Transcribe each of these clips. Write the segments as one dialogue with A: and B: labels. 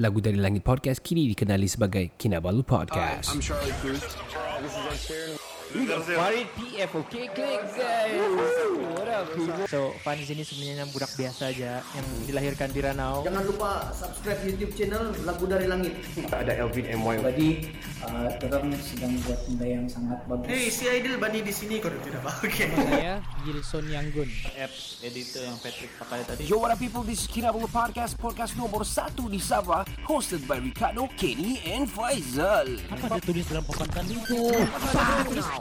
A: Lagu dari Langit Podcast kini dikenali sebagai Kinabalu Podcast.
B: I'm Charlie Cruz. This is Ed Sheeran. You got
C: Farid PF Okay click guys What up people? So Faniz ini sebenarnya budak biasa aja Yang dilahirkan di Ranau
D: Jangan lupa subscribe YouTube channel Lagu Dari Langit.
B: Ada Elvin MY.
E: Jadi uh, orang sedang buat benda yang sangat bagus.
D: Hei, si Aidil Bani di sini kau tidak bahagia.
C: Saya Gilson Yanggun
A: Yo, what up people? This is Kinabalu Podcast, podcast nomor satu di Sabah, hosted by Ricardo, Kenny and Faizal. Apa dia tulis dalam papan itu?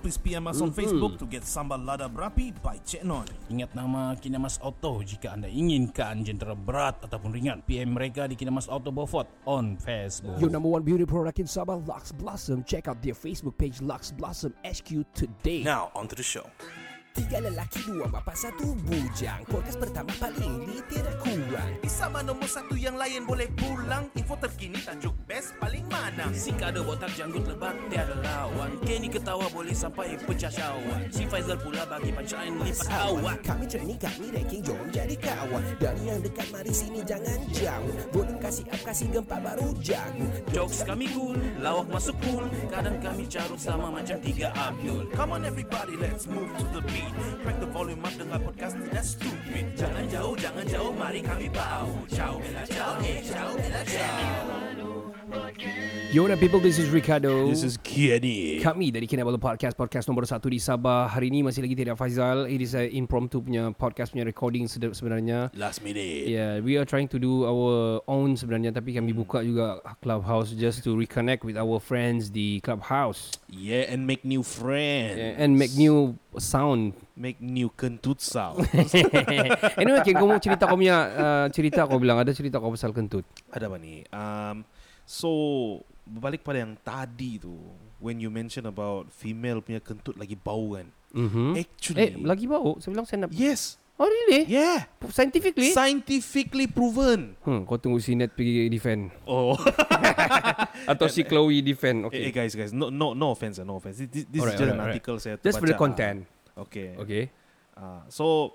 F: please PM us
A: Mm-hmm.
F: on Facebook to get Sambal Lada Berapi by Cik Non. Ingat nama Kinamas Auto jika anda inginkan jentera berat ataupun ringan. PM mereka di Kinamas Auto Beaufort on Facebook.
A: Your number one beauty product in Sabah, Lux Blossom. Check out their Facebook page, Lux Blossom HQ today.
F: Now, onto the show.
A: Tiga lelaki, dua bapa, satu bujang. Podcast pertama paling ini tidak kurang.
G: Sama nombor satu yang lain boleh pulang Info terkini tajuk best paling mana
F: Si kada botak janggut lebat tiada lawan Kenny ketawa boleh sampai pecah syawak Si Faizal pula bagi punchline lipat awak
A: Kami training, kami ranking, jom jadi kawan. Dari yang dekat, mari sini jangan jauh. Boleh kasih up, kasih gempa baru jago.
F: Jokes kami cool, lawak masuk cool Kadang kami carut sama macam tiga Abdul
G: Come on everybody let's move to the beat Crack the volume up dengar podcast tidak stupid Jangan jauh jangan jauh mari kami bau Ciao bella ciao eh ciao bella ciao
A: Yo, what up, people? This is Ricardo.
F: This is Kenny
A: Kami dari Kinabalu Podcast Podcast nombor satu di Sabah Hari ini masih lagi tidak Faizal Ini saya impromptu punya podcast punya recording seder- sebenarnya
F: Last minute Hmm.
A: Yeah, we are trying to do our own sebenarnya Tapi kami buka juga Clubhouse Just to reconnect with our friends di Clubhouse
H: Yeah, and make new friends.
A: Yeah, And make new sound
H: Make new kentut sound.
A: Anyway, okay, kau mau cerita kau punya uh, Cerita kau bilang ada cerita kau pasal kentut
H: Ada apa ni? Um, so, balik pada yang tadi tu. When you mention about female punya kentut lagi bau kan.
A: mm-hmm. Eh,
H: Actually.
A: lagi bau Saya bilang saya nak
H: Yes.
A: Oh, really?
H: Yeah.
A: Scientifically?
H: Scientifically proven.
A: hmm, kau tunggu si Ned pergi defend
H: Oh.
A: Atau si Chloe defend
H: eh, eh,
A: Okay
H: guys, guys. No, no, no offense, ah, no offense. This, this
A: Alright,
H: is just
A: alright,
H: an
A: alright.
H: article saya
A: Just for the
H: terbaca.
A: content
H: Okay.
A: Okay
H: Uh, so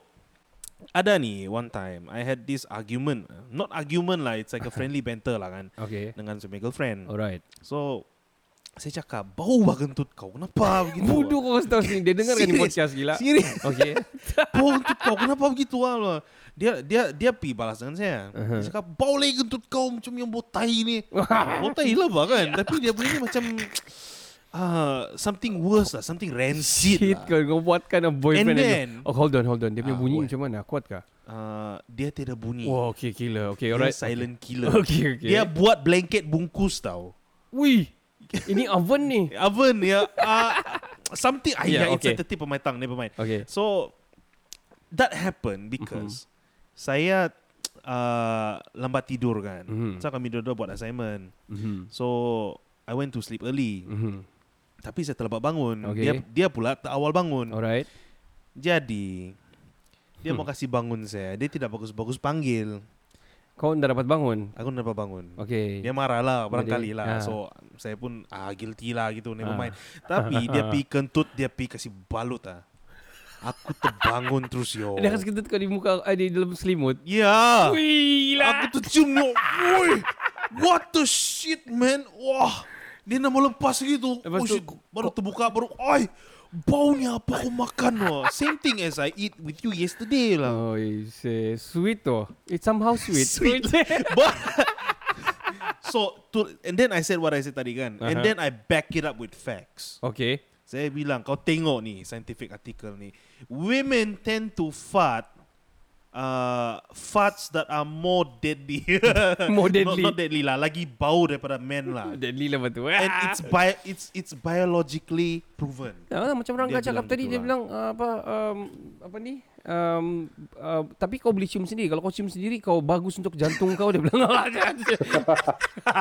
H: ada ni one time I had this argument. ah, Not argument lah, it's like a friendly banter lah kan.
A: Okay
H: Dengan sebuah girlfriend.
A: Alright
H: So Saya cakap Bau lah kentut kau Kenapa begitu
A: Bodoh kau kasih tahu sini Dia dengar kan ni
H: Serious.
A: podcast gila
H: Serius
A: Okay
H: Bau kentut kau Kenapa begitu lah Dia dia dia pi balas dengan saya uh-huh. Dia cakap Bau lagi kentut kau Macam yang botai ni Botai lah bah kan Tapi dia punya ni macam uh, Something worse lah Something
A: Shit
H: rancid lah
A: kau Kau buat kan boyfriend
H: And
A: and
H: then-
A: Oh hold on hold on Dia punya
H: Ah,
A: bunyi
H: what?
A: macam mana Kuat kah
H: uh, Dia tidak bunyi
A: Wah okay killer Okay
H: Dia
A: alright
H: silent killer
A: Okay okay
H: Dia buat blanket bungkus tau
A: Wih Ini oven ni
H: Oven ya uh, Something ah,
A: Yeah,
H: yeah, It's
A: okay.
H: at the tip of my tongue Never mind
A: Okay
H: So that happened because
A: Mm-hmm.
H: saya uh, lambat tidur kan.
A: Mhm.
H: So kami dua-dua buat assignment.
A: Mhm.
H: So I went to sleep early.
A: Mhm.
H: Tapi saya terlambat bangun.
A: Okay.
H: Dia dia pula tak awal bangun.
A: Alright
H: Jadi dia mau
A: Hmm.
H: kasih bangun saya. Dia tidak bagus-bagus panggil.
A: Kau dah dapat bangun
H: Aku dapat bangun.
A: Okay
H: Dia marah lah barangkali
A: Jadi, ah.
H: lah. So saya pun ah guilty lah gitu
A: Ah.
H: never mind. Tapi dia pi kentut, dia pi kasih balut ah. Aku terbangun terus yo.
A: Dia kasih kentut kau di muka eh, Di dalam selimut
H: Ya.
A: Wih lah
H: Aku tercium yo. Woi. What the shit man. Wah. Dia nak melepas gitu.
A: Lepas
H: oh,
A: tu,
H: shit. baru terbuka baru oi. Baunya apa aku makan wah. Same thing as I eat with you yesterday lah.
A: Oh it's uh, sweet though It's somehow sweet
H: Sweet. But So to, and then I said what I said tadi kan.
A: Aha.
H: And then I back it up with facts.
A: Okay
H: Saya bilang kau tengok ni scientific article ni. Women tend to fart uh, farts that are more deadly.
A: More
H: not,
A: deadly.
H: not deadly lah, lagi bau daripada men lah.
A: Deadly lah batu.
H: And it's bi- it's it's biologically proven.
A: Ah, macam orang
H: Dia
A: dia cakap
H: bilang
A: tadi dia
H: gitu lah.
A: bilang ah, apa um, apa ni? Um, uh, tapi kau boleh cium sendiri. Kalau kau cium sendiri kau bagus untuk jantung kau dia bilang. "Ah,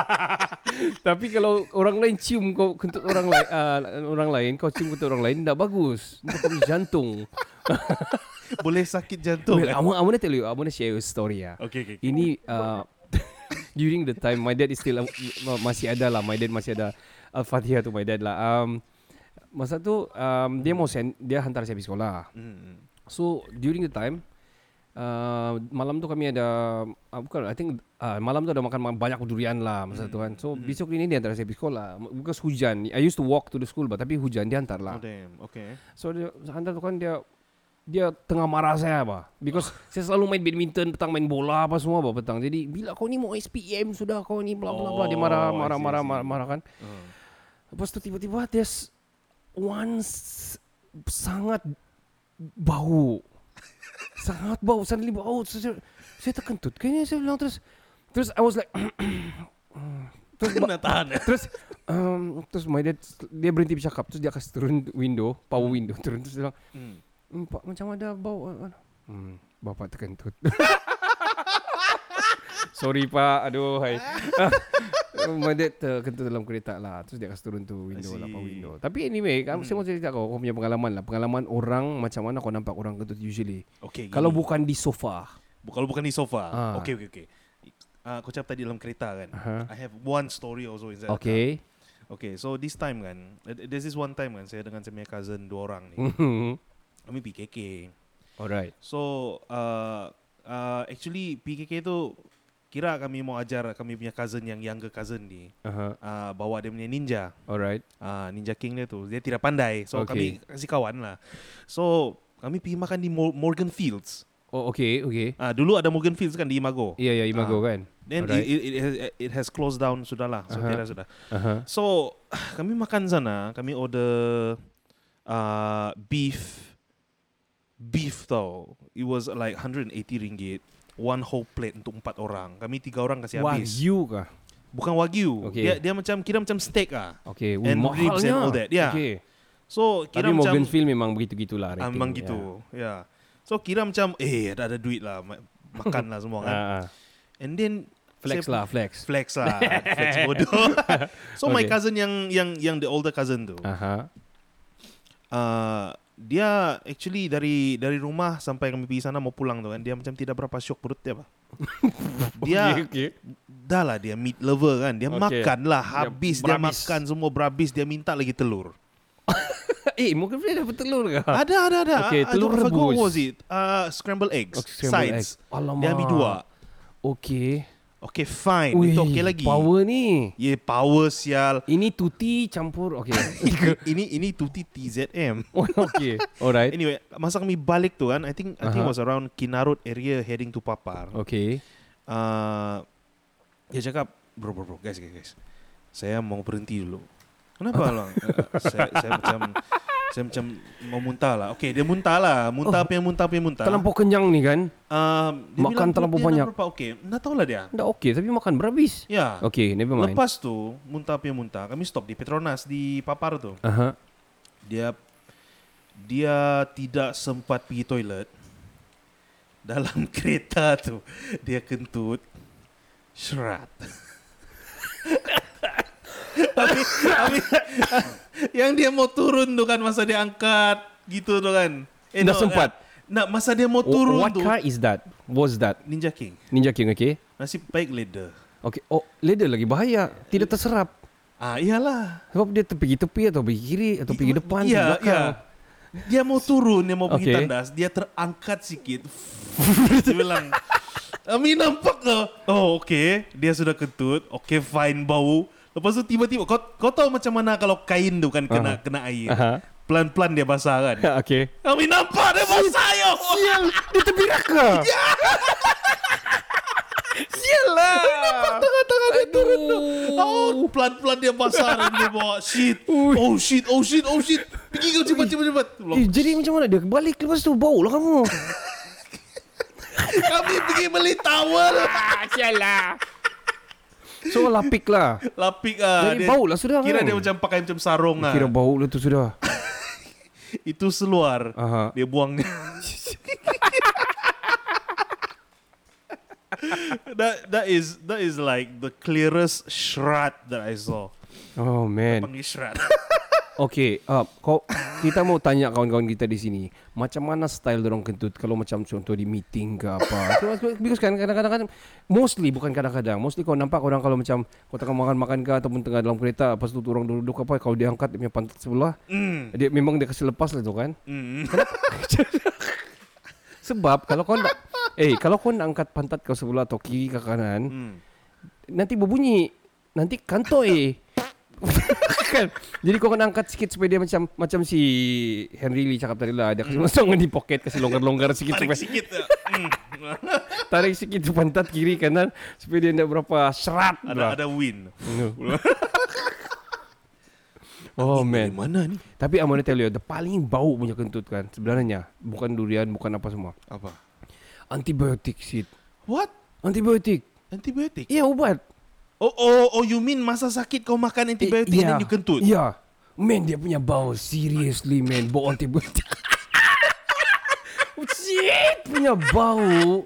A: tapi kalau orang lain cium kau kentut orang lain ah, orang lain kau cium kentut orang lain tak bagus untuk kau punya jantung.
H: Boleh sakit jantung.
A: Well,
H: eh?
A: I want I want to tell you, I want to share a story ah.
H: Okay, okay, okay.
A: Ini uh, during the time my dad is still uh, masih ada lah. My dad masih ada Al-Fatihah tu my dad lah. Um, masa tu um, dia mau send, dia hantar saya pergi sekolah.
H: Mm-hmm.
A: So during the time uh, malam tu kami ada uh, bukan I think uh, malam tu ada makan ma- banyak durian lah masa
H: Mm-hmm.
A: tu kan. So besok ini dia hantar saya pergi sekolah because hujan. I used to walk to the school but tapi hujan dia hantar lah.
H: Oh damn. Okay.
A: So dia hantar tu kan dia dia tengah marah saya apa because
H: Oh.
A: saya selalu main badminton petang main bola apa semua apa petang jadi bila kau ni mau SPM sudah kau ni bla bla bla dia marah
H: Oh, I
A: marah
H: see, I
A: marah
H: see. Hmm.
A: marah, marah kan lepas tu tiba-tiba there's one s- sangat bau sangat bau suddenly bau so, saya, saya terkentut kayaknya saya bilang terus terus I was like terus ba-
H: Kena tahan. eh?
A: Terus um, Terus my dad Dia berhenti bercakap Terus dia akan turun window Power window Turun terus dia bilang
H: Hmm.
A: "Hmm, Pak macam ada bau ah, ah." hmm, Bapak terkentut Sorry pak Aduh hai My dad terkentut dalam kereta lah Terus dia akan turun tu window
H: I
A: lah Power
H: see.
A: window Tapi anyway hmm. Saya mau cerita kau Kau punya pengalaman lah Pengalaman orang Macam mana kau nampak orang kentut usually
H: Okay.
A: Kalau
H: gini.
A: bukan di sofa
H: Bu- Kalau bukan di sofa.
A: Ah.
H: Okay, okay, okay. Uh, kau cakap tadi dalam kereta kan.
A: Aha.
H: I have one story also inside. the car.
A: Okay
H: Okay, so this time kan, uh, there's this one time kan, saya dengan saya punya cousin dua orang
A: Hmm.
H: ni. Kami PKK.
A: Alright
H: So, uh, uh, actually PKK tu kira kami mau ajar kami punya cousin yang younger cousin ni
A: uh-huh.
H: uh, bawa dia punya ninja.
A: Alright
H: Ah, Ninja King dia tu. Dia tidak pandai. So
A: Okay.
H: kami kasih kawan lah. So kami pergi makan di Mor- Morgan Fields.
A: Oh okay okay
H: Ah, dulu ada Morgan Fields kan di Imago.
A: Ya ya Imago
H: Ah.
A: kan
H: Then it,
A: Alright.
H: it, it, has, it has closed down sudah lah. So
A: Aha.
H: tiada sudah.
A: Uh-huh.
H: So kami makan sana, kami order uh, beef beef tau. It was like 180 ringgit. One whole plate untuk empat orang. Kami tiga orang kasih habis.
A: Wagyu kah?
H: Bukan wagyu.
A: Okay.
H: Dia dia macam kira macam steak ah.
A: Okay,
H: And ribs and all that, yeah.
A: Okay.
H: So
A: Tapi
H: kira macam
A: Morgan Phil memang begitu-gitulah
H: Ah,
A: rating.
H: memang gitu. Ya. Yeah. So kira macam eh ada ada duit lah ma- makan lah semua
A: Yeah.
H: kan.
A: Ah, ah.
H: And then
A: Flex
H: saya-
A: lah, flex.
H: Flex lah. flex bodoh. so my
A: Okay.
H: cousin yang yang yang the older cousin tu.
A: Aha.
H: Uh, dia actually dari dari rumah sampai kami pergi sana mau pulang tu kan dia macam tidak berapa syok perut dia apa. dia
A: okay.
H: dah lah dia meat lover kan. Dia
A: Okay.
H: makan lah habis dia,
A: berhabis.
H: makan semua berhabis dia minta lagi telur.
A: Eh, Morgan Phil dapat telur ke?
H: Ada ada ada. Ah,
A: Okay,
H: I- I
A: Ah. telur
H: don't- I forgot
A: rebus.
H: What was it? Uh, scramble eggs.
A: Oh, scrambled
H: sides.
A: egg. Alamak.
H: Dia ambil dua.
A: Okay.
H: Okay fine
A: Ui,
H: Itu okay lagi
A: Power ni.
H: Ye yeah, power sial
A: Ini tuti campur. Okay.
H: Ini ini tuti TZM
A: oh, okay. Alright.
H: Anyway Masa kami balik tu kan I think I think
A: Aha.
H: was around Kinarut area Heading to Papar
A: Okay.
H: uh, Dia cakap Bro bro bro Guys guys guys Saya mau berhenti dulu Kenapa bang? "Eh, saya, saya macam Saya macam Mau muntah lah Okay dia muntah lah Muntah apa yang muntah apa yang muntah
A: Oh. Terlampau kenyang ni kan?
H: um, dia
A: Makan
H: bilang,
A: terlampau
H: "Dia dah
A: banyak."
H: berapa? Okay Nggak tahu lah dia
A: Tak okay, tapi makan berhabis.
H: Ya
A: Okay, never mind.
H: Lepas tu Muntah apa yang muntah Kami stop di Petronas Di Papar tu
A: Aha.
H: dia dia tidak sempat pergi toilet dalam kereta tu dia kentut serat Habis- habis- yang dia mau turun tu kan masa dia angkat gitu tu kan eh,
A: Nggak
H: no,
A: sempat.
H: eh, nah masa dia mau
A: Oh,
H: turun
A: what
H: tu
A: car is that? Was that?
H: Ninja King
A: Ninja King, okay?
H: nasib baik leader
A: Okay. Oh, leather lagi bahaya. Tidak terserap.
H: ah iyalah
A: Sebab dia pergi tepi atau pergi kiri atau pergi depan atau
H: Iya,
A: belakang.
H: iya. Dia mau turun, dia mau pergi
A: Okay.
H: tandas, dia terangkat sikit. dia bilang, Ami nampak ke? Oh, oke. Dia sudah kentut. Oke, fine bau. Lepas itu tiba-tiba kau, kau tahu macam mana kalau kain tu kan kena kena air.
A: Aha.
H: Pelan-pelan dia basah kan.
A: Ya, okay.
H: Kami nampak dia basah yo.
A: Sial, di tepi raka. Ya. Sial lah.
H: Tangan-tangan dia turun tu. Oh, pelan-pelan dia basah dan dia bawa shit. Oh shit, oh shit, oh shit. Pergi kau cepat cepat cepat.
A: Eh, jadi macam mana dia balik lepas tu bau lah kamu.
H: Kami pergi beli towel.
A: So lapik lah
H: Lapik ah.
A: Jadi bau lah sudah
H: Kira
A: kan?
H: dia macam pakai macam sarung ah.
A: Kira bau lah tu sudah
H: Itu seluar.
A: Aha.
H: Dia buang That that is that is like the clearest shrat that I saw.
A: Oh man
H: Panggil shrat.
A: Okay, uh, kau, kita mau tanya kawan-kawan kita di sini, macam mana style dorong kentut kalau macam contoh di meeting ke apa? Because- Because kan kadang-kadang kan, mostly bukan kadang-kadang, mostly kau nampak orang kalau macam kau tengah makan-makan ke ataupun tengah dalam kereta, lepas tu orang duduk apa, kau diangkat dia punya pantat sebelah, mm. dia memang dia kasi lepas lah tu kan?
H: Mm.
A: Sebab kalau kau nak, eh kalau kau nak angkat pantat kau sebelah atau kiri ke kanan,
H: Mm.
A: nanti berbunyi. Nanti kantoi. kan. Jadi kau kena angkat sikit supaya dia macam macam si Henry Lee cakap tadi lah. Dia kasi masuk di poket kasi longgar-longgar sikit
H: Hmm. Tarik
A: supaya
H: sikit. ah. Mm.
A: tarik sikit tu pantat kiri kanan supaya dia tidak berapa serat. lah.
H: ada ada win.
A: Oh man.
H: mana ni?
A: Tapi I want to tell you, the paling bau punya kentut kan sebenarnya bukan durian, bukan apa semua.
H: Apa?
A: Antibiotik shit.
H: What?
A: Antibiotik.
H: Antibiotik.
A: Iya ubat.
H: Oh oh oh you mean masa sakit kau makan antibiotik
A: Eh,
H: and then you kentut?
A: Ya. Yeah. Man dia punya bau seriously man bau antibiotik. Shit punya bau.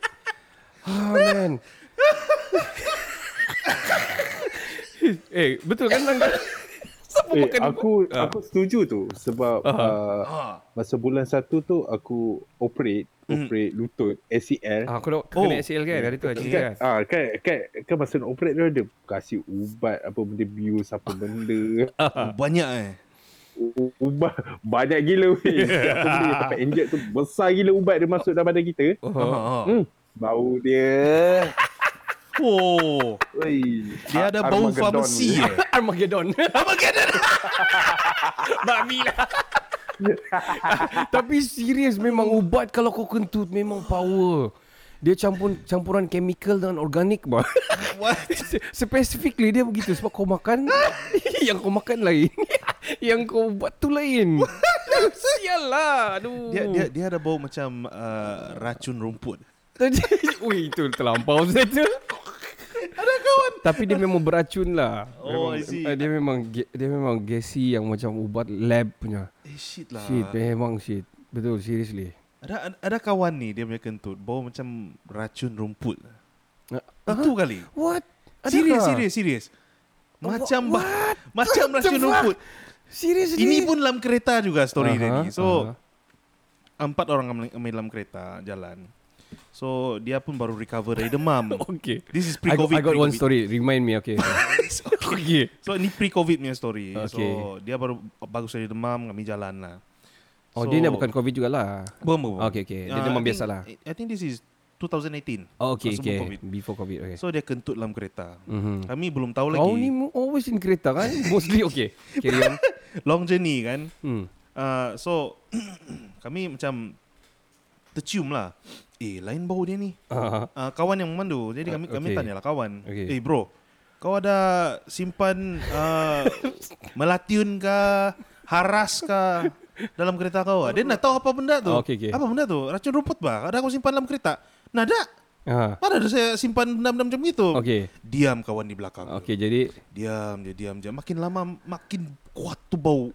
A: Ah man. eh betul kan Langgar? Siapa
I: Eh,
A: makan
I: aku aku setuju tu sebab uh,
H: Ah.
I: masa bulan satu tu aku operate
H: Hmm.
I: operate lutut ACL.
A: Ah, aku nak
H: Oh.
A: kena ACL kan hari tu aja kan.
I: Kan, ah, kan, kan, kan masa nak operate dia, dia kasih ubat apa benda bius apa benda
H: Oh, banyak eh.
I: U- ubat banyak gila weh apa benda yang dapat inject tu besar gila ubat dia masuk dalam badan kita
H: Ah, ah.
I: hmm, bau dia Ah,
H: Oh,
I: Wey,
A: Ha,
H: dia ada bau farmasi eh.
A: Armageddon. Armageddon. Babi lah. Tapi serius memang ubat kalau kau kentut memang power. Dia campur campuran chemical dengan organik bah.
H: What?
A: Specifically dia begitu sebab kau makan yang kau makan lain. yang kau buat tu lain. Sial lah. Aduh.
H: Dia dia dia ada bau macam uh, racun rumput.
A: Ui itu terlampau saja. Ada kawan. Tapi dia memang beracun lah.
H: Oh,
A: memang,
H: I see.
A: eh, Dia memang ge- dia memang gesi yang macam ubat lab punya.
H: Eh shit lah.
A: Shit, memang shit. Betul, seriously.
H: Ada ada- ada kawan ni dia punya kentut bau macam racun rumput. Itu kali.
A: What?
H: Serius serius serius. Macam ba- macam
A: What the fuck?
H: racun rumput.
A: Seriously.
H: Ini pun dalam kereta juga story dia
A: Aha,
H: ni. So empat orang ambil- ambil dalam kereta jalan. So dia pun baru recover dari demam.
A: Okay.
H: This is
A: I got,
H: pre-COVID.
A: I got one
H: pre-COVID.
A: story. Remind me, okay. okay.
H: So ni pre-COVID punya story.
A: Okay.
H: So dia baru bagus dari demam, kami jalan lah.
A: Oh,
H: So-
A: dia ni bukan COVID jugalah.
H: Bukan, bukan. bukan.
A: Okay, okay. Dia
H: Ah,
A: demam
H: I
A: biasa
H: think-
A: lah.
H: I think this is 2018.
A: Oh, okay,
H: sebelum
A: okay.
H: COVID.
A: Before COVID, okay.
H: So dia kentut dalam kereta.
A: Mhm.
H: Kami belum tahu lagi.
A: Kau ni mu- always in kereta kan? Mostly, okay. Carry on.
H: Long journey kan.
A: Hmm.
H: Uh, so kami macam tercium lah. Eh lain bau dia ni.
A: Ah.
H: Uh, kawan yang memandu. Jadi kami kami
A: okay.
H: tanya lah kawan.
A: Okay.
H: Eh bro, kau ada simpan uh, melatiun ke haras ke dalam kereta kau? ah? Dia nak tahu apa benda tu.
A: Oh, okay, okay.
H: Apa benda tu? Racun rumput bah. Ada kau simpan dalam kereta? Nada.
A: Ah.
H: Mana ada saya simpan dendam-dendam macam itu.
A: Okey.
H: Diam kawan di belakang.
A: Okay, jadi
H: Diam je, diam je. Makin lama makin kuat tu bau.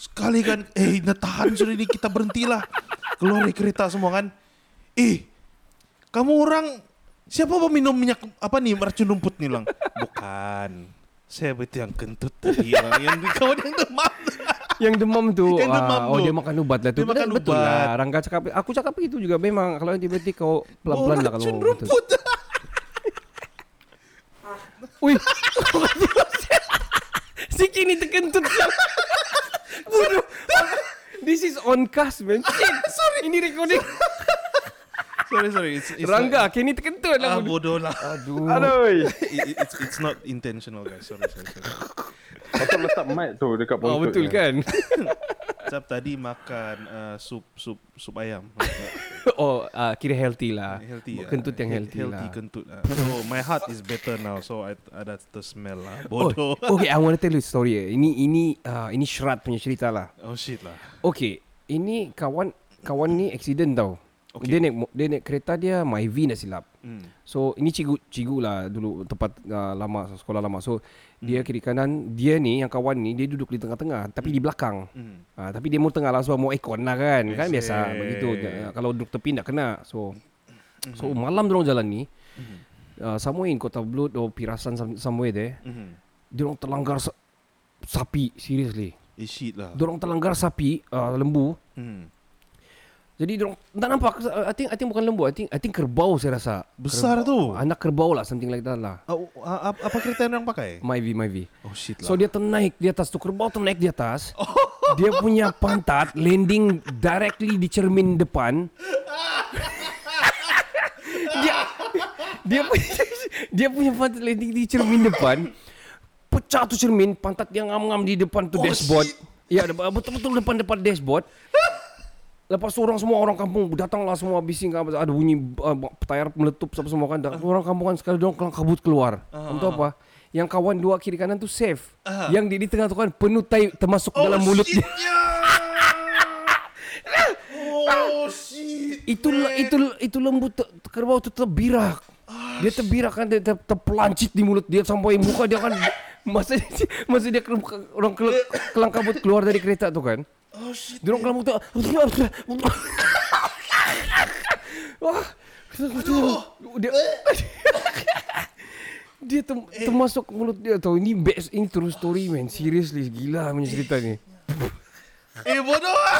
H: Sekali kan, eh nak tahan sudah ni kita berhentilah. Keluar dari kereta semua kan. Eh, kamu orang siapa peminum minyak apa nih racun rumput nih lang? Bukan. Saya betul yang kentut tadi lang. Yang kawan yang demam.
A: yang demam tu,
H: Yang demam
A: ah, oh
H: tu.
A: dia makan ubat lah tu.
H: Dia makan
A: Betul
H: ubat.
A: lah. Rangga cakap, aku cakap begitu juga memang kalau antibiotik kau
H: Bau
A: pelan-pelan lah kalau
H: racun
A: betul.
H: rumput.
A: Ui. si kini terkentut Bodoh. This is on cast man. Shit. Sorry. Ini recording.
H: sorry, sorry. It's, it's
A: Rangga kini terkentut
H: Not, ah,
A: lah. bodoh.
H: bodoh lah.
A: Aduh.
I: Aduh,
H: It- it's, it's not intentional guys. Sorry, sorry, sorry.
I: macam letak mic tu dekat
A: Oh
I: buntut
A: betul
H: lah.
I: dia.
A: kan?
H: Sab tadi makan uh, sup sup sup ayam.
A: Oh ah, kira healthy lah.
H: healthy. uh,
A: Kentut yang
H: He-
A: healthy,
H: Healthy
A: lah.
H: kentut. Uh. So my heart is better now. So I ada the smell
A: Oh,
H: lah. Bodoh. Oh,
A: okay, I want to tell you a story. eh. Ini ini ah, ini syarat punya cerita lah.
H: Oh, shit lah.
A: Okay, ini kawan kawan ni accident tau. Okay. Dia naik mo- dia naik kereta dia MyV nak silap.
H: Hmm.
A: So ini cikgu cikgu lah dulu tempat uh, lama sekolah lama. So
H: Hmm.
A: dia kiri kanan dia ni yang kawan ni dia duduk di tengah-tengah tapi di belakang.
H: Hmm.
A: Ah, tapi dia mau tengah lah sebab mau ikon lah kan. Kan
H: I
A: biasa
H: see.
A: begitu. Ja- Kalau duduk tepi tak kena. So
H: Hmm.
A: so malam dorong jalan ni uh, somewhere in Kota Belud or Pirasan some- somewhere there.
H: Hmm.
A: Dorong terlanggar sa- sapi seriously.
H: Eh, shit lah.
A: Dorong terlanggar sapi uh, lembu.
H: Hmm.
A: Jadi dorong tak nampak uh, I think I think bukan lembu. I think I think kerbau saya rasa.
H: Besar tu.
A: Anak kerbau lah something like that lah.
H: Ah, u- ah, ap- apa kereta yang orang pakai?
A: My V, my V.
H: Oh shit lah.
A: So
H: Oh.
A: dia ternaik di atas tu kerbau tu naik di atas. Dia punya pantat landing directly di cermin depan. dia dia punya, dia punya pantat landing di cermin depan. Pecah tu cermin, pantat dia ngam-ngam di depan tu oh, dashboard. Ya, de- betul-betul depan-depan dashboard. Lepas tu orang semua orang kampung datanglah semua bising kan ada bunyi uh, tayar meletup apa semua kan. Dan
H: Ah.
A: Orang kampung kan sekali dong kelang kabut keluar. Untuk apa? Yang kawan dua kiri kanan tu safe. Yang di, di tengah tu kan penuh tai termasuk
H: Ah. oh,
A: dalam mulut
H: shit,
A: dia.
H: oh shit.
A: Itu le- itu itu lembu te, te- kerbau tu terbirak. Dia terbirak kan dia ter, terpelancit di mulut dia sampai muka dia kan masa masa dia kelam- orang kel- kelang kabut keluar dari kereta tu kan.
H: Oh shit.
A: Dia orang kelam tu. Wah. Dia dia tem,
H: Eh.
A: termasuk mulut dia tau ini best in true story man seriously gila punya cerita ni
H: Eh bodoh ah.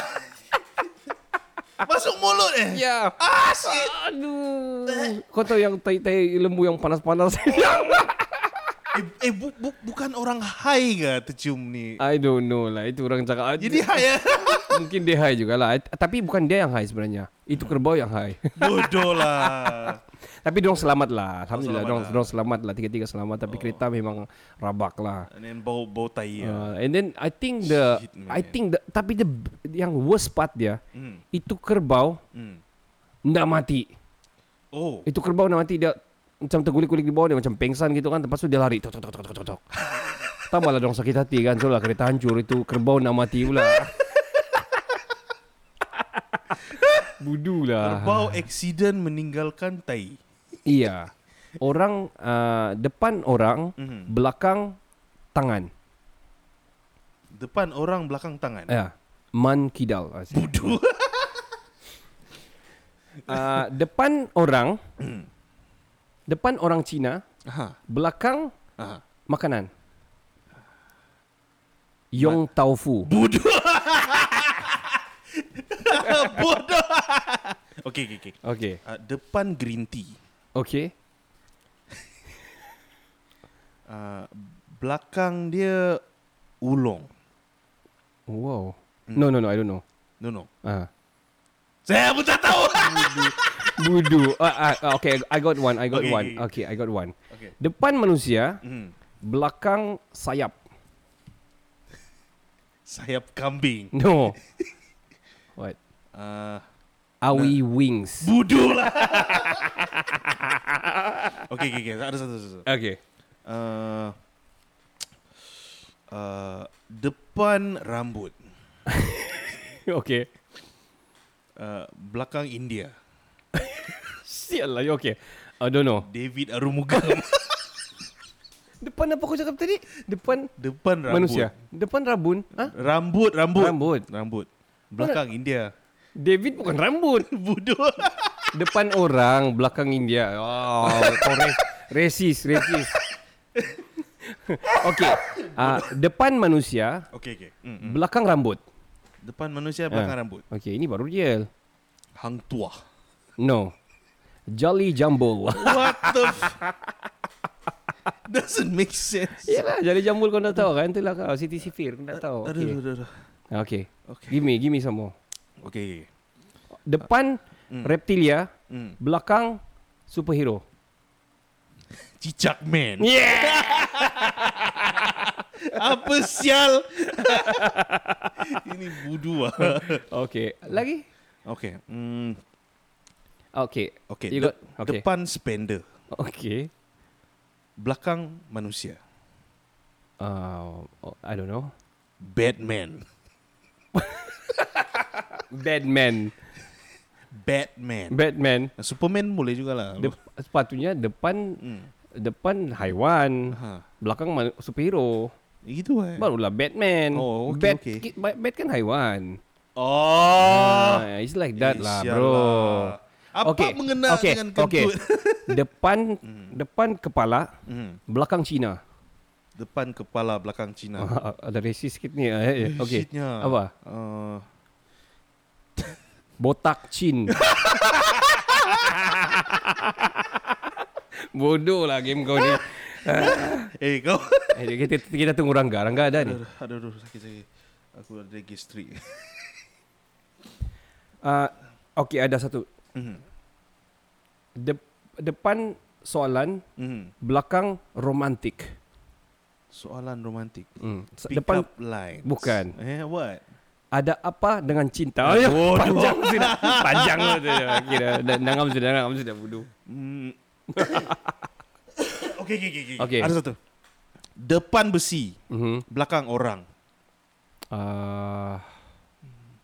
H: Masuk mulut eh.
A: ya ah shit aduh kau tahu yang tai-tai lembu yang panas-panas
H: Eh, eh bu, bu, bukan orang high ke tercium ni?
A: I don't know lah itu orang cakap
H: Jadi high ya.
A: mungkin dia high jugalah I- tapi bukan dia yang high sebenarnya itu
H: Hmm.
A: kerbau yang high
H: bodoh lah.
A: tapi dong selamat lah alhamdulillah
H: selamat
A: dong
H: lah. Oh.
A: dong selamat lah tiga-tiga selamat tapi kereta memang rabak lah
H: And then bau bau tai ya.
A: Uh, and then I think the
H: Shit,
A: I
H: man.
A: think the tapi the yang worst part dia
H: Hmm.
A: itu kerbau
H: Hmm.
A: ndak mati.
H: Oh.
A: Itu kerbau ndak mati dia macam terguling-guling di bawah dia macam pengsan gitu kan lepas tu dia lari tok tok tok tok tok tok, tok. Tambahlah dong sakit hati kan soalnya kereta hancur itu kerbau ndak mati pula. Budu lah.
H: Bau accident meninggalkan tai.
A: Iya. Orang uh, depan orang,
H: Mhm.
A: belakang tangan.
H: Depan orang belakang tangan.
A: Ya. Man kidal. Ah, Bodoh. uh, depan orang depan orang Cina,
H: Aha.
A: belakang
H: Aha.
A: makanan. Yong tau fu.
H: bodoh. Okey okey okey.
A: Okey.
H: Uh, depan green tea.
A: Okey.
H: Uh, belakang dia ulong.
A: Wow.
H: Hmm.
A: No no no, I don't know.
H: No no.
A: Ah.
H: Saya pun tak tahu.
A: Budu. Ah, ah, ah, okay, I got one. I got
H: Okay,
A: one.
H: okay,
A: Okay, I got one.
H: Okay.
A: Depan manusia,
H: Hmm.
A: belakang sayap.
H: Sayap kambing.
A: No. What?
H: Uh,
A: Awi wings.
H: Budu lah. okay, okay, okay. Ada satu, satu. satu.
A: Okay.
H: Uh, uh, depan rambut.
A: okay.
H: Uh, belakang India.
A: Sial lah, you okay. I don't know.
H: David Arumugam.
A: Depan apa kau cakap tadi? Depan
H: depan rambut.
A: manusia. Depan rabun. Ha?
H: Rambut, rambut.
A: Rambut.
H: Rambut. Belakang India.
A: David bukan rambut.
H: Budu.
A: Depan orang, belakang India. Oh, kau re- resis, resis. okay. Ah, depan manusia,
H: okay, okay. Mm.
A: belakang rambut.
H: Depan manusia, belakang
A: Ah.
H: rambut.
A: Okay, ini baru real.
H: Hang tua.
A: No. Jolly Jumbo.
H: What the f- Doesn't make sense.
A: Yalah, Jolly Jumbo kau tak tahu kan? Itulah kau, Siti Sifir. Kau tak tahu.
H: Aduh,
A: Okay.
H: aduh, aduh.
A: okay.
H: Okay.
A: Give me, give me some more.
H: Okay, okay.
A: Depan,
H: Hmm.
A: reptilia.
H: Mm.
A: Belakang, superhero.
H: Cicak man.
A: Yeah!
H: Apa sial? Ini budu ah.
A: Okay. Lagi?
H: Okay. Hmm.
A: Okay.
H: Okay.
A: You
H: de-
A: got? Okay.
H: Depan spender,
A: Okay.
H: belakang manusia.
A: Uh, oh, I don't know.
H: Batman.
A: Batman.
H: Batman. Oh.
A: Batman
H: Superman boleh jugalah.
A: de- sepatutnya depan
H: Hmm.
A: depan haiwan,
H: Ha.
A: belakang man- superhero.
H: Eh, Gitu eh.
A: Barulah Batman.
H: Oh, okey,
A: Bat,
H: okey.
A: ki- Bat, Bat kan haiwan.
H: Oh.
A: Ah, it's like that
H: Eh,
A: lah,
H: sial
A: bro.
H: lah. Apa
A: Okey,
H: mengena
A: okey,
H: dengan kentut?
A: okey. depan depan kepala,
H: Hmm.
A: belakang Cina.
H: Depan kepala belakang Cina.
A: Ada resis sikit ni. eh, eh. Okey.
H: Ah. Shitnya.
A: Apa?
H: Uh,
A: Botak Chin. Bodoh lah game kau ni.
H: eh kau.
A: Eh, kita, kita tunggu Rangga. Rangga ada ni.
H: aduh, aduh, aduh, sakit sakit. Aku ada gastrik.
A: Uh, Okey, ada satu. De- depan soalan,
H: Hmm.
A: belakang romantik.
H: Soalan romantik.
A: Hmm. Se-
H: Pick
A: Depan
H: up lines.
A: Bukan.
H: Eh, what?
A: ada apa dengan cinta? Ayuh, panjang sudah. Panjang sudah. Kira dah nangam sudah, nangam sudah bodoh.
H: Hmm. okay, okay, okay, okay.
A: Okey.
H: Ada satu. Depan besi,
A: Mhm.
H: belakang orang.
A: Ah,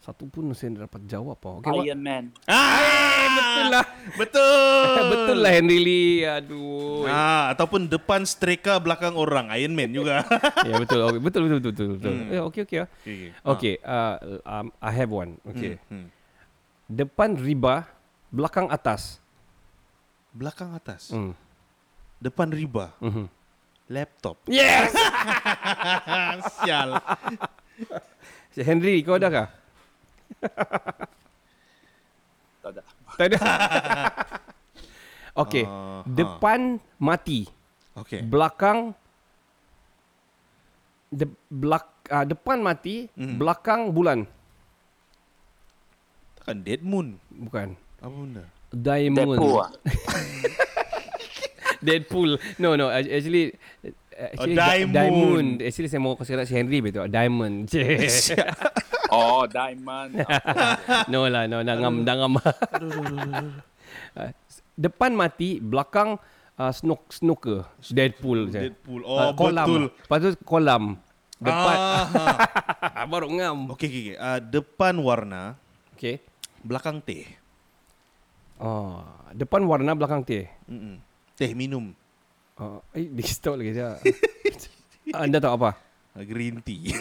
A: satu pun saya tidak dapat jawab apa. Okay,
E: Iron Man.
H: Ah,
A: betul lah.
H: betul.
A: Betul lah Henry Lee. Aduh.
H: Ah, ataupun depan striker belakang orang Iron Man juga.
A: ya betul. Okay. Betul betul betul betul. betul. Ya okey okey. ah.
H: okay, okay.
A: Okey, uh, um, I have one. Okey.
H: Hmm.
A: Depan riba, belakang atas.
H: Belakang atas.
A: Hmm.
H: Depan riba.
A: Mhm.
H: Laptop.
A: Yes.
H: Sial.
A: Henry, kau ada kah?
E: Tak ada.
A: Tak ada. Okey.
H: Ah, ha.
A: Depan mati.
H: Okay.
A: belakang de, belak, uh, depan mati,
H: Mm.
A: belakang bulan.
H: Takkan Dead Moon.
A: Bukan.
H: Apa benda?
A: Diamond.
E: Deadpool ah.
A: Deadpool. No no, ac- actually uh, actually di-
H: Oh, Diamond.
A: Diamond. Actually saya mau kasih si Henry betul. Diamond. Cik.
E: Oh, Diamond.
A: no lah, no dangam dangam. Depan mati, belakang uh, snok snooker. Deadpool. je.
H: Deadpool.
A: Ah,
H: Oh,
A: kolam.
H: betul.
A: Lepas tu kolam. Depan
H: Ah.
A: baru ngam.
H: okay, okay, okay. Uh, depan warna,
A: Okay.
H: belakang teh.
A: Oh, depan warna belakang teh.
H: Mm-mm. Teh minum.
A: Oh, eh, dia stop lagi dia. Anda tahu apa?
H: Uh, Green tea.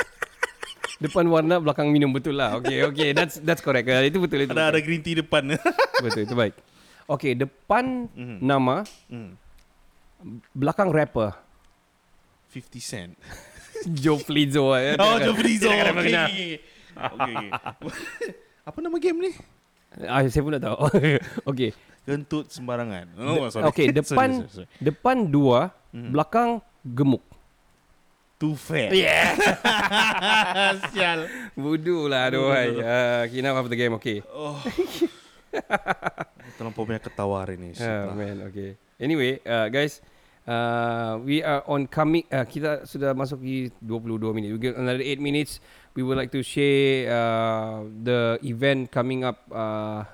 A: Depan warna, belakang minum betul lah. Okay, okay, that's that's correct. Uh, itu betul itu.
H: ada ada green tea depan.
A: Betul, betul itu baik. Okay, depan nama,
H: Mm.
A: belakang rapper.
H: 50 cent.
A: Joe Flizzo. eh.
H: Oh, the freezer. Okay, okay, okay. okay, okay. Apa nama game ni?
A: Ah, saya pun tak tahu. okay,
H: Kentut sembarangan. Oh, sorry.
A: okay, depan
H: sorry, sorry, sorry.
A: depan dua, belakang gemuk.
H: Too fat.
A: Yeah. Sial. Bodoh lah doai. Ah, okay, now after the game. Okay.
H: Terlampau banyak ketawa hari ni.
A: Ah,
H: Syaitan.
A: man, okay. Anyway, uh, guys, uh, we are on coming. Uh, kita sudah masuk di 22 minit. We get another 8 minutes. We would like to share uh, the event coming up. Uh,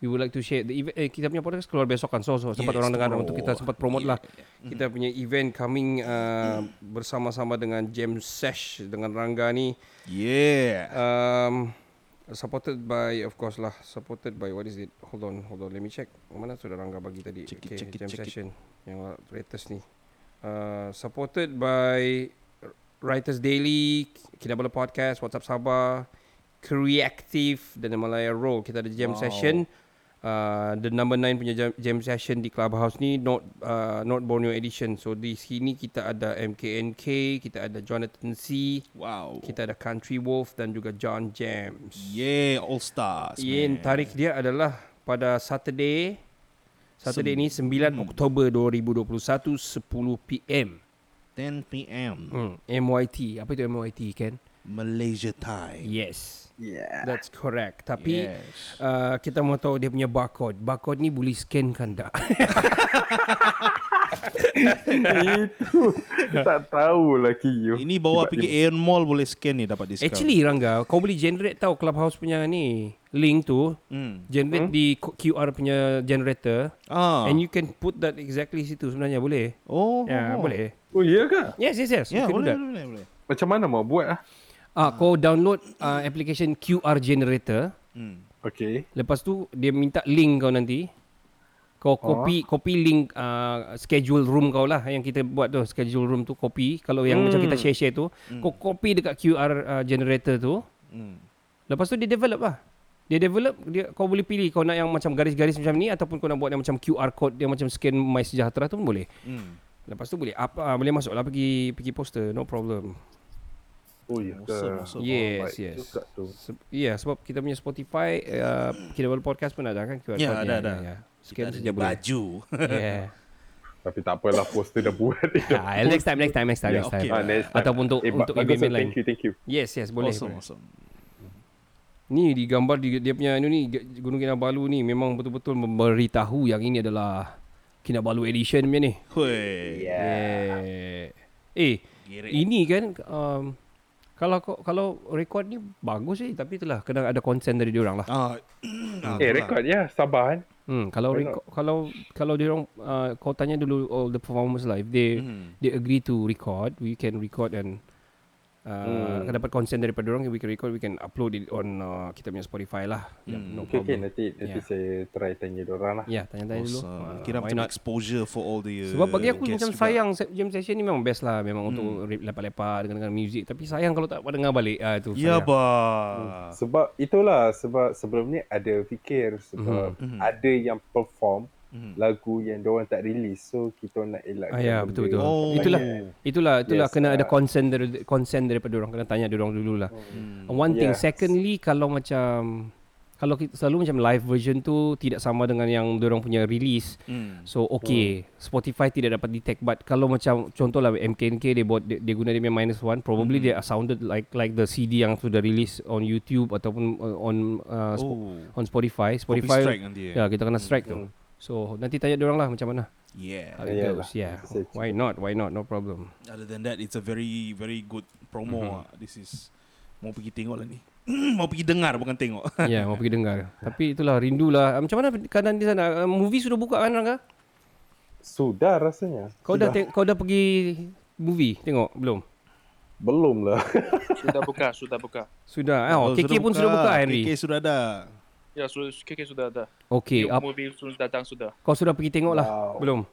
A: we would like to share the event. Eh, kita punya podcast keluar besok kan. So, so sempat
H: Yes,
A: orang dengar
H: bro.
A: untuk kita sempat promote lah. Kita punya event coming uh, bersama-sama dengan Jam Sesh dengan Rangga ni.
H: Yeah.
A: Um, supported by of course lah. Supported by what is it? Hold on, hold on. Let me check. Mana sudah Rangga bagi tadi?
H: Check it, check it,
A: jam
H: check it.
A: session yang latest ni. Uh, supported by Writers Daily, Kinabalu Podcast, WhatsApp Sabah, Creative dan Malaya Roll. Kita ada jam session. Uh, the number 9 punya jam, jam session di Clubhouse ni not uh, not Borneo edition. So di sini kita ada MKNK, kita ada Jonathan C,
H: Wow.
A: kita ada Country Wolf dan juga John James.
H: Yeah, all stars.
A: Yang
H: man.
A: tarikh dia adalah pada Saturday Saturday ni 9
H: Hmm.
A: Oktober 2021 10 PM.
H: 10 p.m.
A: Hmm, MYT. Apa itu MYT kan?
H: Malaysia time.
A: Yes. Yeah. That's correct. Tapi yes. uh, kita mau tahu dia punya barcode. Barcode ni boleh scan kan tak?
I: tak tahu lah Kiyo.
H: Ini bawa pergi Aeon Mall boleh scan ni dapat diskaun.
A: Actually Rangga, kau boleh generate tau Clubhouse punya ni link tu.
H: Hmm.
A: Generate di QR punya generator.
H: Ah.
A: And you can put that exactly situ sebenarnya boleh.
H: oh.
A: Ya,
H: oh.
A: boleh.
I: Oh, iya ke?
A: Yes, yes, yes.
H: Ya,
A: you can
H: boleh,
A: do that.
H: boleh, boleh, boleh.
I: Macam mana mau buat ah?
A: Ah, kau download uh, application QR Generator.
H: Hmm.
I: Okay.
A: Lepas tu dia minta link kau nanti. Kau
H: Oh.
A: copy copy link uh, schedule room kau lah yang kita buat tu schedule room tu copy kalau yang macam
H: Hmm.
A: kita share-share tu kau copy dekat QR uh, generator tu. Hmm. Lepas tu dia develop lah. Dia develop dia kau boleh pilih kau nak yang macam garis-garis macam ni ataupun kau nak buat yang macam QR code dia macam scan My Sejahtera tu pun boleh. Hmm. Lepas tu boleh up, uh, boleh masuklah pergi pergi poster no problem.
I: Oh ya. ke?
H: Awesome, awesome.
A: Yes,
I: Baik
A: yes.
I: juga tu.
A: Se- ya, yeah, sebab kita punya Spotify, uh, kita buat podcast pun ada kan QR
H: Ya,
A: code-nya.
H: ada, ada.
A: ya. Scan
F: Kita ada
A: saja
F: di
A: boleh.
F: baju.
A: Yeah.
I: Tapi tak apalah poster dah buat. Dah
A: Ah, next time, next time, next time, next
H: Ya,
A: time.
H: okay.
I: Ah, next time.
A: Ataupun untuk
I: Eh, ba-
A: untuk
I: bagus,
A: event lain.
I: Thank you, thank you.
A: Yes, yes, boleh.
H: Awesome,
A: boleh.
H: awesome.
A: Ni digambar di, dia punya anu ni G- Gunung Kinabalu ni memang betul-betul memberitahu yang ini adalah Kinabalu edition punya ni.
H: Hui.
I: Ya.
A: Yeah. Eh, ini kan um, kalau kau- kalau record ni bagus eh tapi itulah kena ada consent dari dia orang lah.
H: Ah, ah,
I: Eh,
H: itulah.
I: rekod ya. Sabar. eh.
A: Hmm, kalau
I: Why
A: reco- kalau kalau dia orang uh, kau tanya dulu all the performers lah if they mm.
H: Hmm.
A: they agree to record, we can record and uh,
H: Hmm.
A: mm. dapat consent daripada orang we can record, we can upload it on uh, kita punya Spotify lah. Mm. Yeah,
H: Hmm.
A: no
I: Okay, okay.
A: problem.
I: Nanti, nanti
A: Ya.
I: saya try tanya diorang lah.
A: Ya, yeah, tanya-tanya dulu.
H: Awesome.
A: Uh,
H: Kira
A: why
H: macam
A: not?
H: exposure for all the uh,
A: Sebab bagi aku
H: guests
A: macam
H: juga. Hmm.
A: sayang se- jam session ni memang best lah memang mm. untuk re- lepak-lepak dengar-dengar muzik tapi sayang kalau tak dengar balik ah itu.
H: Ya,
A: sayang. Oh. Ya.
H: bah.
I: Sebab itulah sebab sebelum ni ada fikir sebab
A: Mhm.
I: ada yang perform lagu yang diorang tak release so kita nak elakkan
A: Ah, ya,
I: benda.
A: betul betul.
H: Oh.
A: Itulah itulah itulah
I: Yes,
A: kena ada
I: ah.
A: consent dari, consent daripada orang kena tanya dia orang dululah. Hmm. One thing
I: Yes.
A: secondly kalau macam kalau kita selalu macam live version tu tidak sama dengan yang dia orang punya release. Hmm. So okay, Spotify tidak dapat detect but kalau macam contohlah MKNK dia buat dia, dia guna dia punya minus one probably dia sounded like like the CD yang sudah release on YouTube ataupun uh, on uh, Spo-
H: Oh.
A: on Spotify.
H: Copy
A: Spotify
H: strike nanti. eh?
A: Ya, kita kena strike tu. So nanti tanya dia orang lah macam mana.
H: Yeah.
A: How it
I: Yeah
A: goes,
I: lah.
A: yeah.
I: It's a-
A: Why not? Why not? No problem.
H: Other than that It's a very Very good promo mm-hmm. This is Mau pergi tengok lah ni Mau pergi dengar Bukan tengok
A: Ya, yeah, mau pergi dengar. Tapi itulah rindulah. Ah, Macam mana keadaan di sana? Ah, Movie sudah buka kan Rangga?
I: sudah rasanya
A: Kau dah te- kau dah pergi movie tengok belum?
I: belum lah
J: Sudah buka, sudah buka.
A: Sudah. Ah, oh, KK pun sudah buka Henry.
H: KK sudah ada
J: Ya, sudah KK sudah ada.
A: Okey,
J: New
A: ap-
J: movie sudah datang sudah.
A: kau sudah pergi tengok lah. Belum.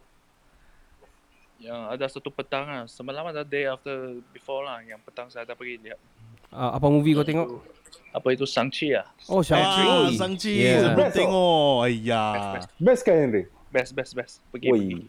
J: Yang ada satu petang lah. Semalam ada day after before lah. Yang petang saya ada pergi lihat.
A: Ah, apa movie kau tengok?
J: Apa itu Sangchi lah.
A: Oh,
H: Ah,
A: Shang-Chi.
H: Sang Chi
A: Yeah.
H: yeah. Sebelum tengok Ayah
J: Best,
I: best kan Henry
J: Best, best, best. Pergi,
I: Oi.
J: pergi.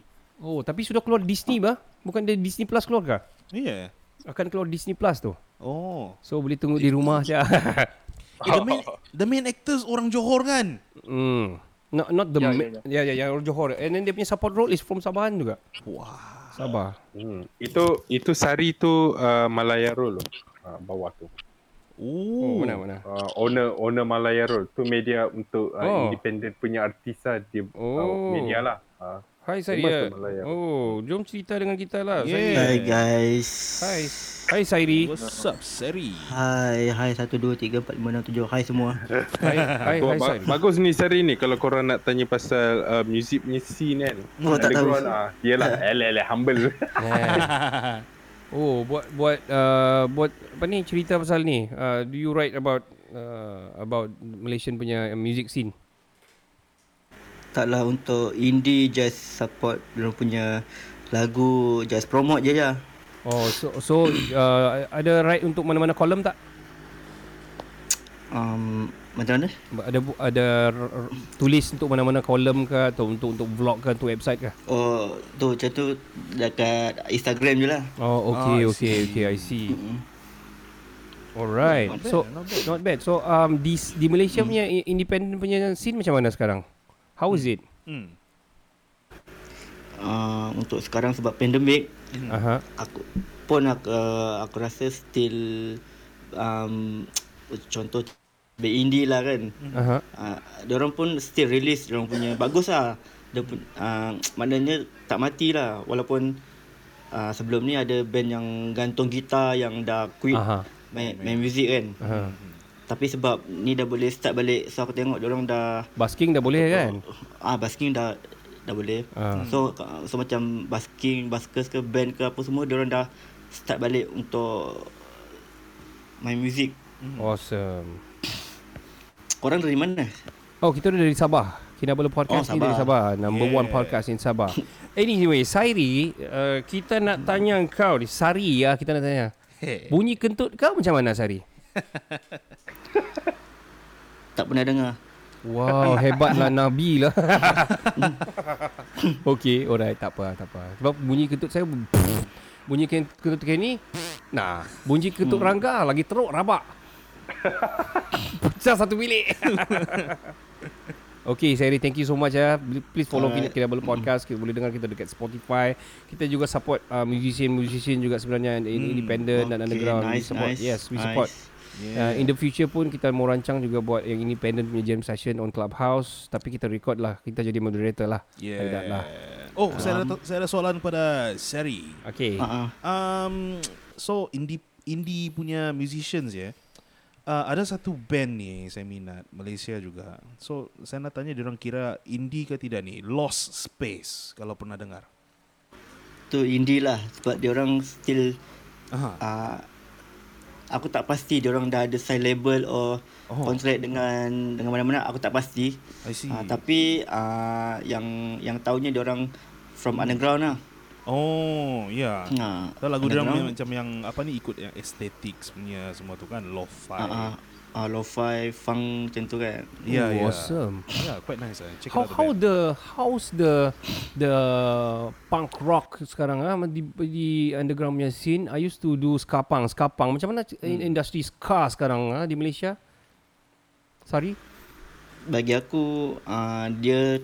A: Oh, tapi sudah keluar Disney bah? Bukan dia Disney Plus keluar kah?
H: Yeah
A: Akan keluar Disney Plus tu.
H: Oh
A: So boleh tunggu di rumah saja.
H: eh, the, main, the main actors Orang Johor kan
A: Hmm. Not not the
J: Ya,
A: yeah,
J: ya,
A: ma- yeah, yeah, yeah, yeah, Johor. And then dia punya support role is from Sabahan juga. Wah. Sabah.
I: hmm. itu itu sari tu uh, Malaya roll uh, bawah tu
A: Oh,
H: Oh,
A: mana mana.
I: uh, owner owner Malaya roll tu media untuk
A: Oh.
I: uh, oh. independent punya artis lah dia
A: Oh.
I: oh. media lah uh,
A: Hai
I: Famous
A: Sairi.
I: tu Malaya.
A: Oh, jom cerita dengan kita
H: Oh,
A: lah.
H: Yeah.
A: Sairi.
B: guys.
A: Hai. Hai Sairi.
H: What's up Seri
B: Hai, hai 1 2 3 4 5 6 7. Hai semua.
A: Hai hai
I: Wah,
A: hai
I: ba-
A: Sairi.
I: bagus ni sari ni kalau korang nak tanya pasal uh, music punya scene kan
B: Oh, tak tahu.
I: Underground, ah, yelah eleh eleh humble
A: Yeah. Oh, buat buat uh, buat apa ni cerita pasal ni. Uh, do you write about uh, about Malaysian punya music scene?
B: Taklah untuk indie just support dia punya lagu just promote je ya. je.
A: Oh, so so uh, ada write untuk mana-mana kolom tak?
B: Um, macam mana?
A: ada bu- ada r- r- tulis untuk mana-mana kolom ke atau untuk untuk vlog ke untuk website ke?
B: Oh, tu macam tu dekat Instagram je lah.
A: Oh okay oh, okay okay I see. Alright. So not bad. Mm. So um di s- di Malaysia punya i- independent punya scene macam mana sekarang? How is it?
H: hmm.
B: Uh, untuk sekarang sebab pandemik,
A: Aha.
B: aku pun aku, uh, aku rasa still um, contoh band indie lah kan.
A: Aha.
B: Uh, diorang pun still release diorang punya bagus lah. Dia pun, uh, maknanya tak mati lah walaupun uh, sebelum ni ada band yang gantung gitar yang dah quit
A: Aha.
B: main, main music kan.
A: Aha.
B: Tapi sebab ni dah boleh start balik so aku tengok diorang dah
A: Basking dah boleh kan?
B: ah basking dah dah boleh.
A: Ah.
B: So uh, so macam basking, baskers ke band ke apa semua diorang dah start balik
A: Mm.
B: untuk main music.
A: Awesome.
B: Kau Korang dari mana?
A: Oh, kita ni dari Sabah. Kinabalu Podcast ni
B: Oh,
A: dari
B: Sabah.
A: Sabah. Number
B: Yeah.
A: yeah. one podcast in Sabah. anyway, Sairi, uh, kita nak tanya kau ni. Sari ya, kita nak tanya.
B: Hey.
A: Bunyi kentut kau macam mana, Sari?
B: Tak pernah dengar.
A: Wow, hebatlah Nabi lah. okay, alright, tak apa, tak apa. Sebab bunyi kentut saya bunyi ken- kentut Kenny, nah, bunyi kentut
B: Hmm.
A: hmm. Rangga lagi teruk rabak. Pecah satu bilik. Okay, Sherry, thank you so much ya. Please follow kita
B: Alright.
A: kita boleh podcast, kita boleh dengar kita dekat Spotify. Kita juga support uh, musician-musician juga sebenarnya yang
B: Hmm,
A: independent dan
B: okay,
A: underground. we
B: nice,
A: support.
B: nice,
A: yes, we
B: nice.
A: support.
B: Yeah.
A: Uh, in the future pun kita mau rancang juga buat yang independent punya jam session on Clubhouse tapi kita record lah kita jadi moderator lah
H: Yeah.
A: Like that lah
H: Oh, saya ada saya ada soalan pada Sari.
A: Okay.
B: Uh-uh.
H: Um so indie indie punya musicians ya. Uh, ada satu band ni yang saya minat Malaysia juga. So saya nak tanya diorang kira indie ke tidak ni? Lost Space kalau pernah dengar.
B: Tu indie lah sebab dia orang still uh, aku tak pasti dia orang dah ada sign label or oh. contract dengan dengan mana-mana aku tak pasti.
H: I see.
A: Ah,
B: Uh, tapi uh, yang yang tahunya dia orang from underground lah.
H: Oh, ya.
B: Ha,
H: Yeah. So, lagu diorang punya
B: underground.
H: macam yang apa ni ikut yang aesthetics punya semua tu kan lo-fi.
A: Ah,
B: Uh, uh, uh, lo-fi, funk macam tu kan.
H: Yeah, yeah.
A: awesome.
H: Yeah, Ya, quite nice. Uh. Check
A: how
H: it out.
A: how the how's the the punk rock sekarang ah di, di underground punya scene I used to do ska punk ska punk macam mana hmm. industri ska sekarang ah di Malaysia Sari
B: bagi aku uh, dia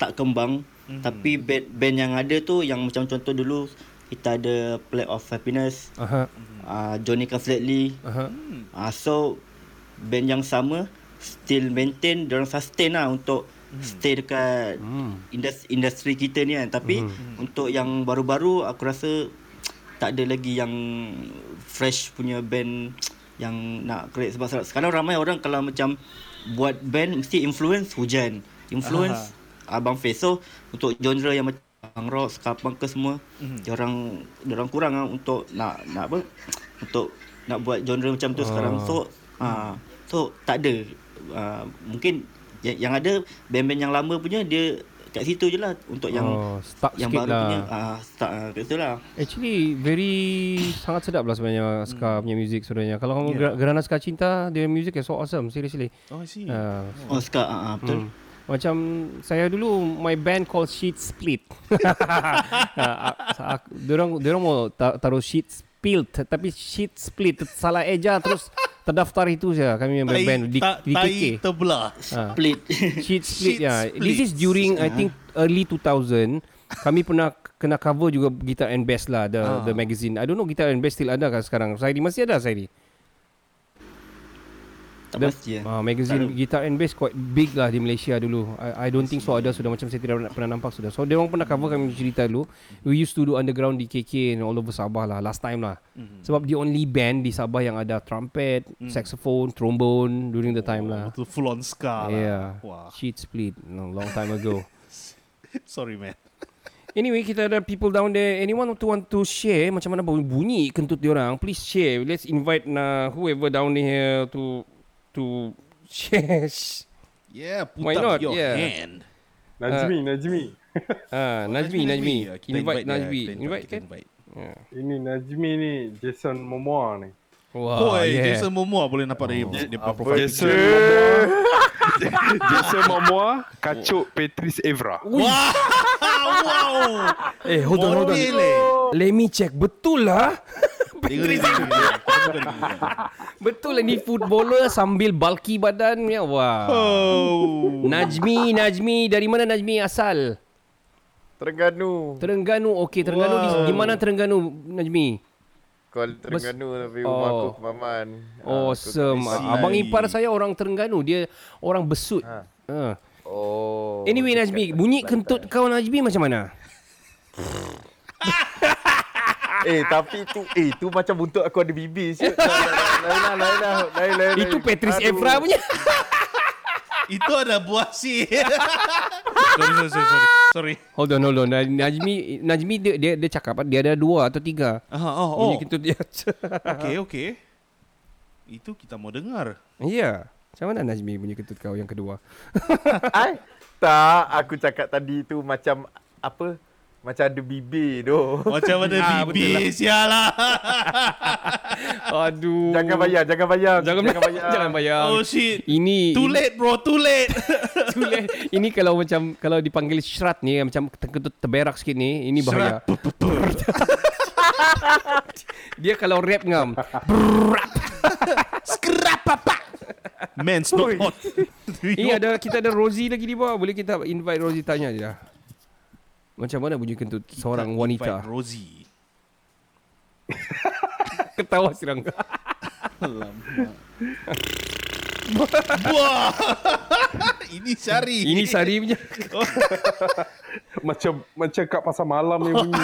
B: tak kembang
H: Hmm.
B: mm-hmm. tapi band band yang ada tu yang macam contoh dulu kita ada Plague of Happiness,
A: Aha.
H: Hmm.
B: uh, Johnny Flatley.
A: Uh-huh.
B: Uh, so band yang sama still maintain, orang sustain lah untuk mm. stay dekat mm. industri, industri kita ni kan. Tapi mm. untuk yang baru-baru aku rasa tak ada lagi yang fresh punya band yang nak create sebab sebab sekarang ramai orang kalau macam buat band mesti influence hujan influence abang Faiz so untuk genre yang macam punk rock ska punk ke semua
G: Mhm.
B: mm. dia orang dia orang kurang lah untuk nak nak apa untuk nak buat genre macam tu
G: Ah.
B: sekarang so ah so tak ada Ah, mungkin yang, yang ada band-band yang lama punya dia kat situ je lah untuk yang
A: Oh, stuck
B: yang
A: sikit
B: baru
A: lah. Hmm.
B: punya ah start ah, kat situ lah
A: Actually very sangat sedap lah
H: Hmm.
A: sebenarnya ska punya music sebenarnya. Kalau kamu
H: Ya.
B: Yeah.
A: yeah. Gerana Ska Cinta, their music is so awesome seriously.
H: Oh, I see.
A: Uh,
B: Oh, ska, ah, ah, betul.
A: Macam saya dulu my band called Sheet Split. Ah, aku- Dorang dorang mau ta- taruh Sheet Split tapi Sheet Split salah eja terus terdaftar itu saja kami member
H: Tai-
A: band di,
H: ta-
A: di
H: tai
A: KK.
H: terbelah.
A: Ah.
B: Split.
A: Sheet Split
H: Sheet
A: ya.
H: split.
A: This is during I
H: Ah.
A: think early 2000 kami pernah kena cover juga Guitar and Bass lah the
H: Ah.
A: the magazine. I don't know Guitar and Bass still ada kan sekarang? Saidi masih ada Saidi?
B: Tak pasti, eh.
A: Ah, magazine
B: Tak ada.
A: Guitar and Bass quite big lah di Malaysia dulu. I, I don't think so ada sudah macam saya tidak pernah- pernah nampak sudah. So dia orang pernah cover kami cerita dulu. We used to do underground di KK and all over Sabah lah last time lah.
H: Mhm.
A: Sebab the only band di Sabah yang ada trumpet,
H: Mm. Oh,
A: saxophone, trombone during the time lah.
H: Betul full on ska lah.
A: Yeah.
H: Wah.
A: Sheet split no, long time ago.
H: Sorry man.
A: Anyway, kita ada people down there. Anyone who want to share macam mana bunyi- bunyi kentut diorang, please share. Let's invite uh, whoever down here to to share.
H: Yeah, put
A: Why
H: up
A: not?
H: your
A: yeah.
H: hand.
I: Najmi, Najmi.
A: Ah, Najmi, Najmi. Kita invite Najmi. Invite kan? Yeah.
I: Ini Najmi ni Jason Momoa ni.
A: Ah,
H: Wah, Boy, yeah. Jason Momoa boleh nampak dari oh. dia punya
I: Apa
H: profile
I: Jason
H: picture.
I: Momoa? Jason Momoa kacuk Patrice Evra.
H: Wah, Ah, wow.
A: Eh, hold on, hold on.
H: Model, eh.
A: Let me check. Betul lah.
H: Tengok ni, tengok ni.
A: Betul lah ni footballer sambil bulky badan. Ya, wah.
H: Oh.
A: Najmi, Najmi. Dari mana Najmi asal?
K: Terengganu.
A: Terengganu. Okey, Terengganu. Di,
K: Wow.
A: di mana Terengganu, Najmi?
K: Kalau Terengganu tapi rumah
A: Oh.
K: aku Kemaman. Ah, aku
A: Awesome.
K: Kemaman.
A: Abang ipar saya orang Terengganu. Dia orang besut. Ha.
K: Oh.
A: Anyway, Najmi. Bunyi kentut kau, Najmi, macam mana?
K: Eh tapi tu eh tu macam buntut aku ada bibi siut. Lain lah, lain lah, lain lain.
A: Itu
K: lain.
A: Patrice
K: Aduh.
A: Evra punya.
H: Itu ada buah si. sorry, sorry, sorry, sorry. Sorry.
A: Hold on, hold on. Naj- Najmi, Najmi dia, dia, dia cakap apa? dia ada dua atau tiga.
H: Aha, oh,
A: Bunyi
H: oh.
A: kentut dia.
H: Okey, okey. Itu kita mau dengar.
A: Ya. Macam mana Najmi punya kentut kau yang kedua?
K: I, tak, aku cakap tadi tu macam apa? Macam ada bibir tu.
H: Macam ada Ah, bibir, betul lah. sialah.
A: Aduh.
K: Jangan bayar, jangan bayar.
A: Jangan, jangan bayar. jangan bayar.
K: Oh, shit.
A: Ini
H: Too
A: ini-
H: late bro, too late.
A: too late. Ini kalau macam kalau dipanggil syarat ni macam kentut terberak sikit ni, ini bahaya. Dia kalau rap ngam.
H: Scrap apa? Man's not hot.
A: Ini Eh, ada kita ada Rosie lagi di bawah. Boleh kita invite Rosie tanya je. lah. Macam mana bunyi kentut seorang wanita?
H: Rosie.
A: Ketawa sirang.
H: Alamak. Wah. Ini Syari.
A: Ini Sari punya.
I: macam macam kat pasar malam yang bunyi.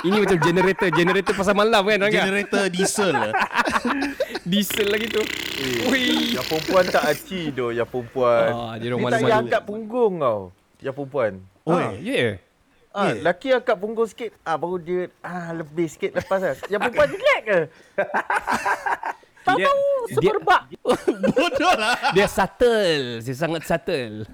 A: Ini macam generator, generator pasal malam kan Rangga?
H: Generator diesel.
A: diesel lagi tu. Eh.
K: Wih. Yang perempuan tak aci doh, yang perempuan.
A: Ah, dia
K: dia
A: orang
K: tak
A: malu-malu.
K: payah angkat punggung kau. Yang perempuan.
A: Oi, yeah.
K: Ah, laki angkat punggung sikit, ah baru dia ah lebih sikit lepas lah. Yang perempuan jelek ke? Tahu
A: Dia-
K: tahu
A: dia-
K: semerbak.
H: Bodoh lah.
A: Dia subtle. Dia sangat subtle.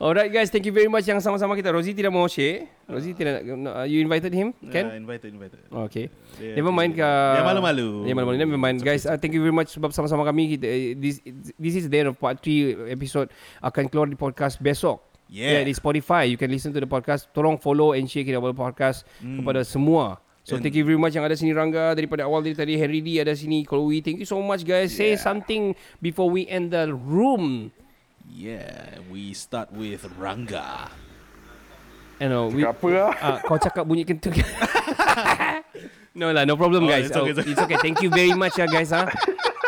A: Alright guys, thank you very much yang sama-sama kita. Rosie tidak mau share. Rosie tidak nak, uh, you invited him,
H: Yeah,
A: kan?
H: invited, invited.
A: Oh, okay.
H: Dia-
A: Never mind ke.
H: Dia malu-malu.
A: Dia malu-malu. Never mind guys. Uh, thank you very much sebab sama-sama kami kita eh, this this is the end of part 3 episode akan keluar di podcast besok.
H: Yeah.
A: di Spotify you can listen to the podcast. Tolong follow and share kita podcast
H: Hmm.
A: kepada semua. So
H: And-
A: thank you very much yang ada sini Rangga daripada awal dari tadi Henry D ada sini Chloe. Thank you so much guys. Say something before we end the room.
H: Yeah, we start with Ranga.
A: You know, we,
H: Cakap apa lah?
A: Ah, kau cakap bunyi kentut. no lah, no problem
H: Oh,
A: guys.
H: it's okay,
A: Oh,
H: it's okay.
A: it's okay. Thank you very much ya guys ah.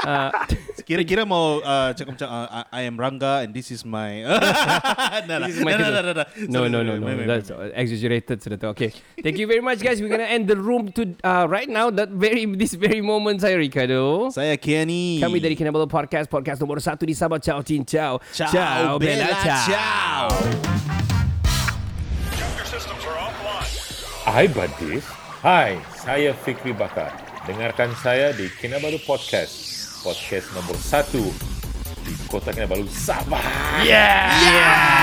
A: Ah,
H: Kira-kira mau uh, cakap macam uh, I- I am Ranga and this is my Nah, nah,
A: This is my
H: nah, nah,
A: kentut.
H: nah, nah,
A: No,
H: nah. Sorry,
A: no,
H: sorry,
A: no, no.
H: sorry, sorry,
A: That's exaggerated sudah tu. Okay. Thank you very much guys. We're gonna end the room to uh, right now. That very this very moment saya Ricardo.
H: Saya Kenny.
A: Kami dari Kinabalu Podcast, podcast nomor satu di Sabah. Ciao, Chin, ciao.
H: Ciao,
A: Bella,
H: Bella, ciao.
L: Hai Badis. Hai, saya Fikri Bakar. Dengarkan saya di Kinabalu Podcast. Podcast nombor satu di Kota Kinabalu, Sabah.
G: Yeah! Yeah!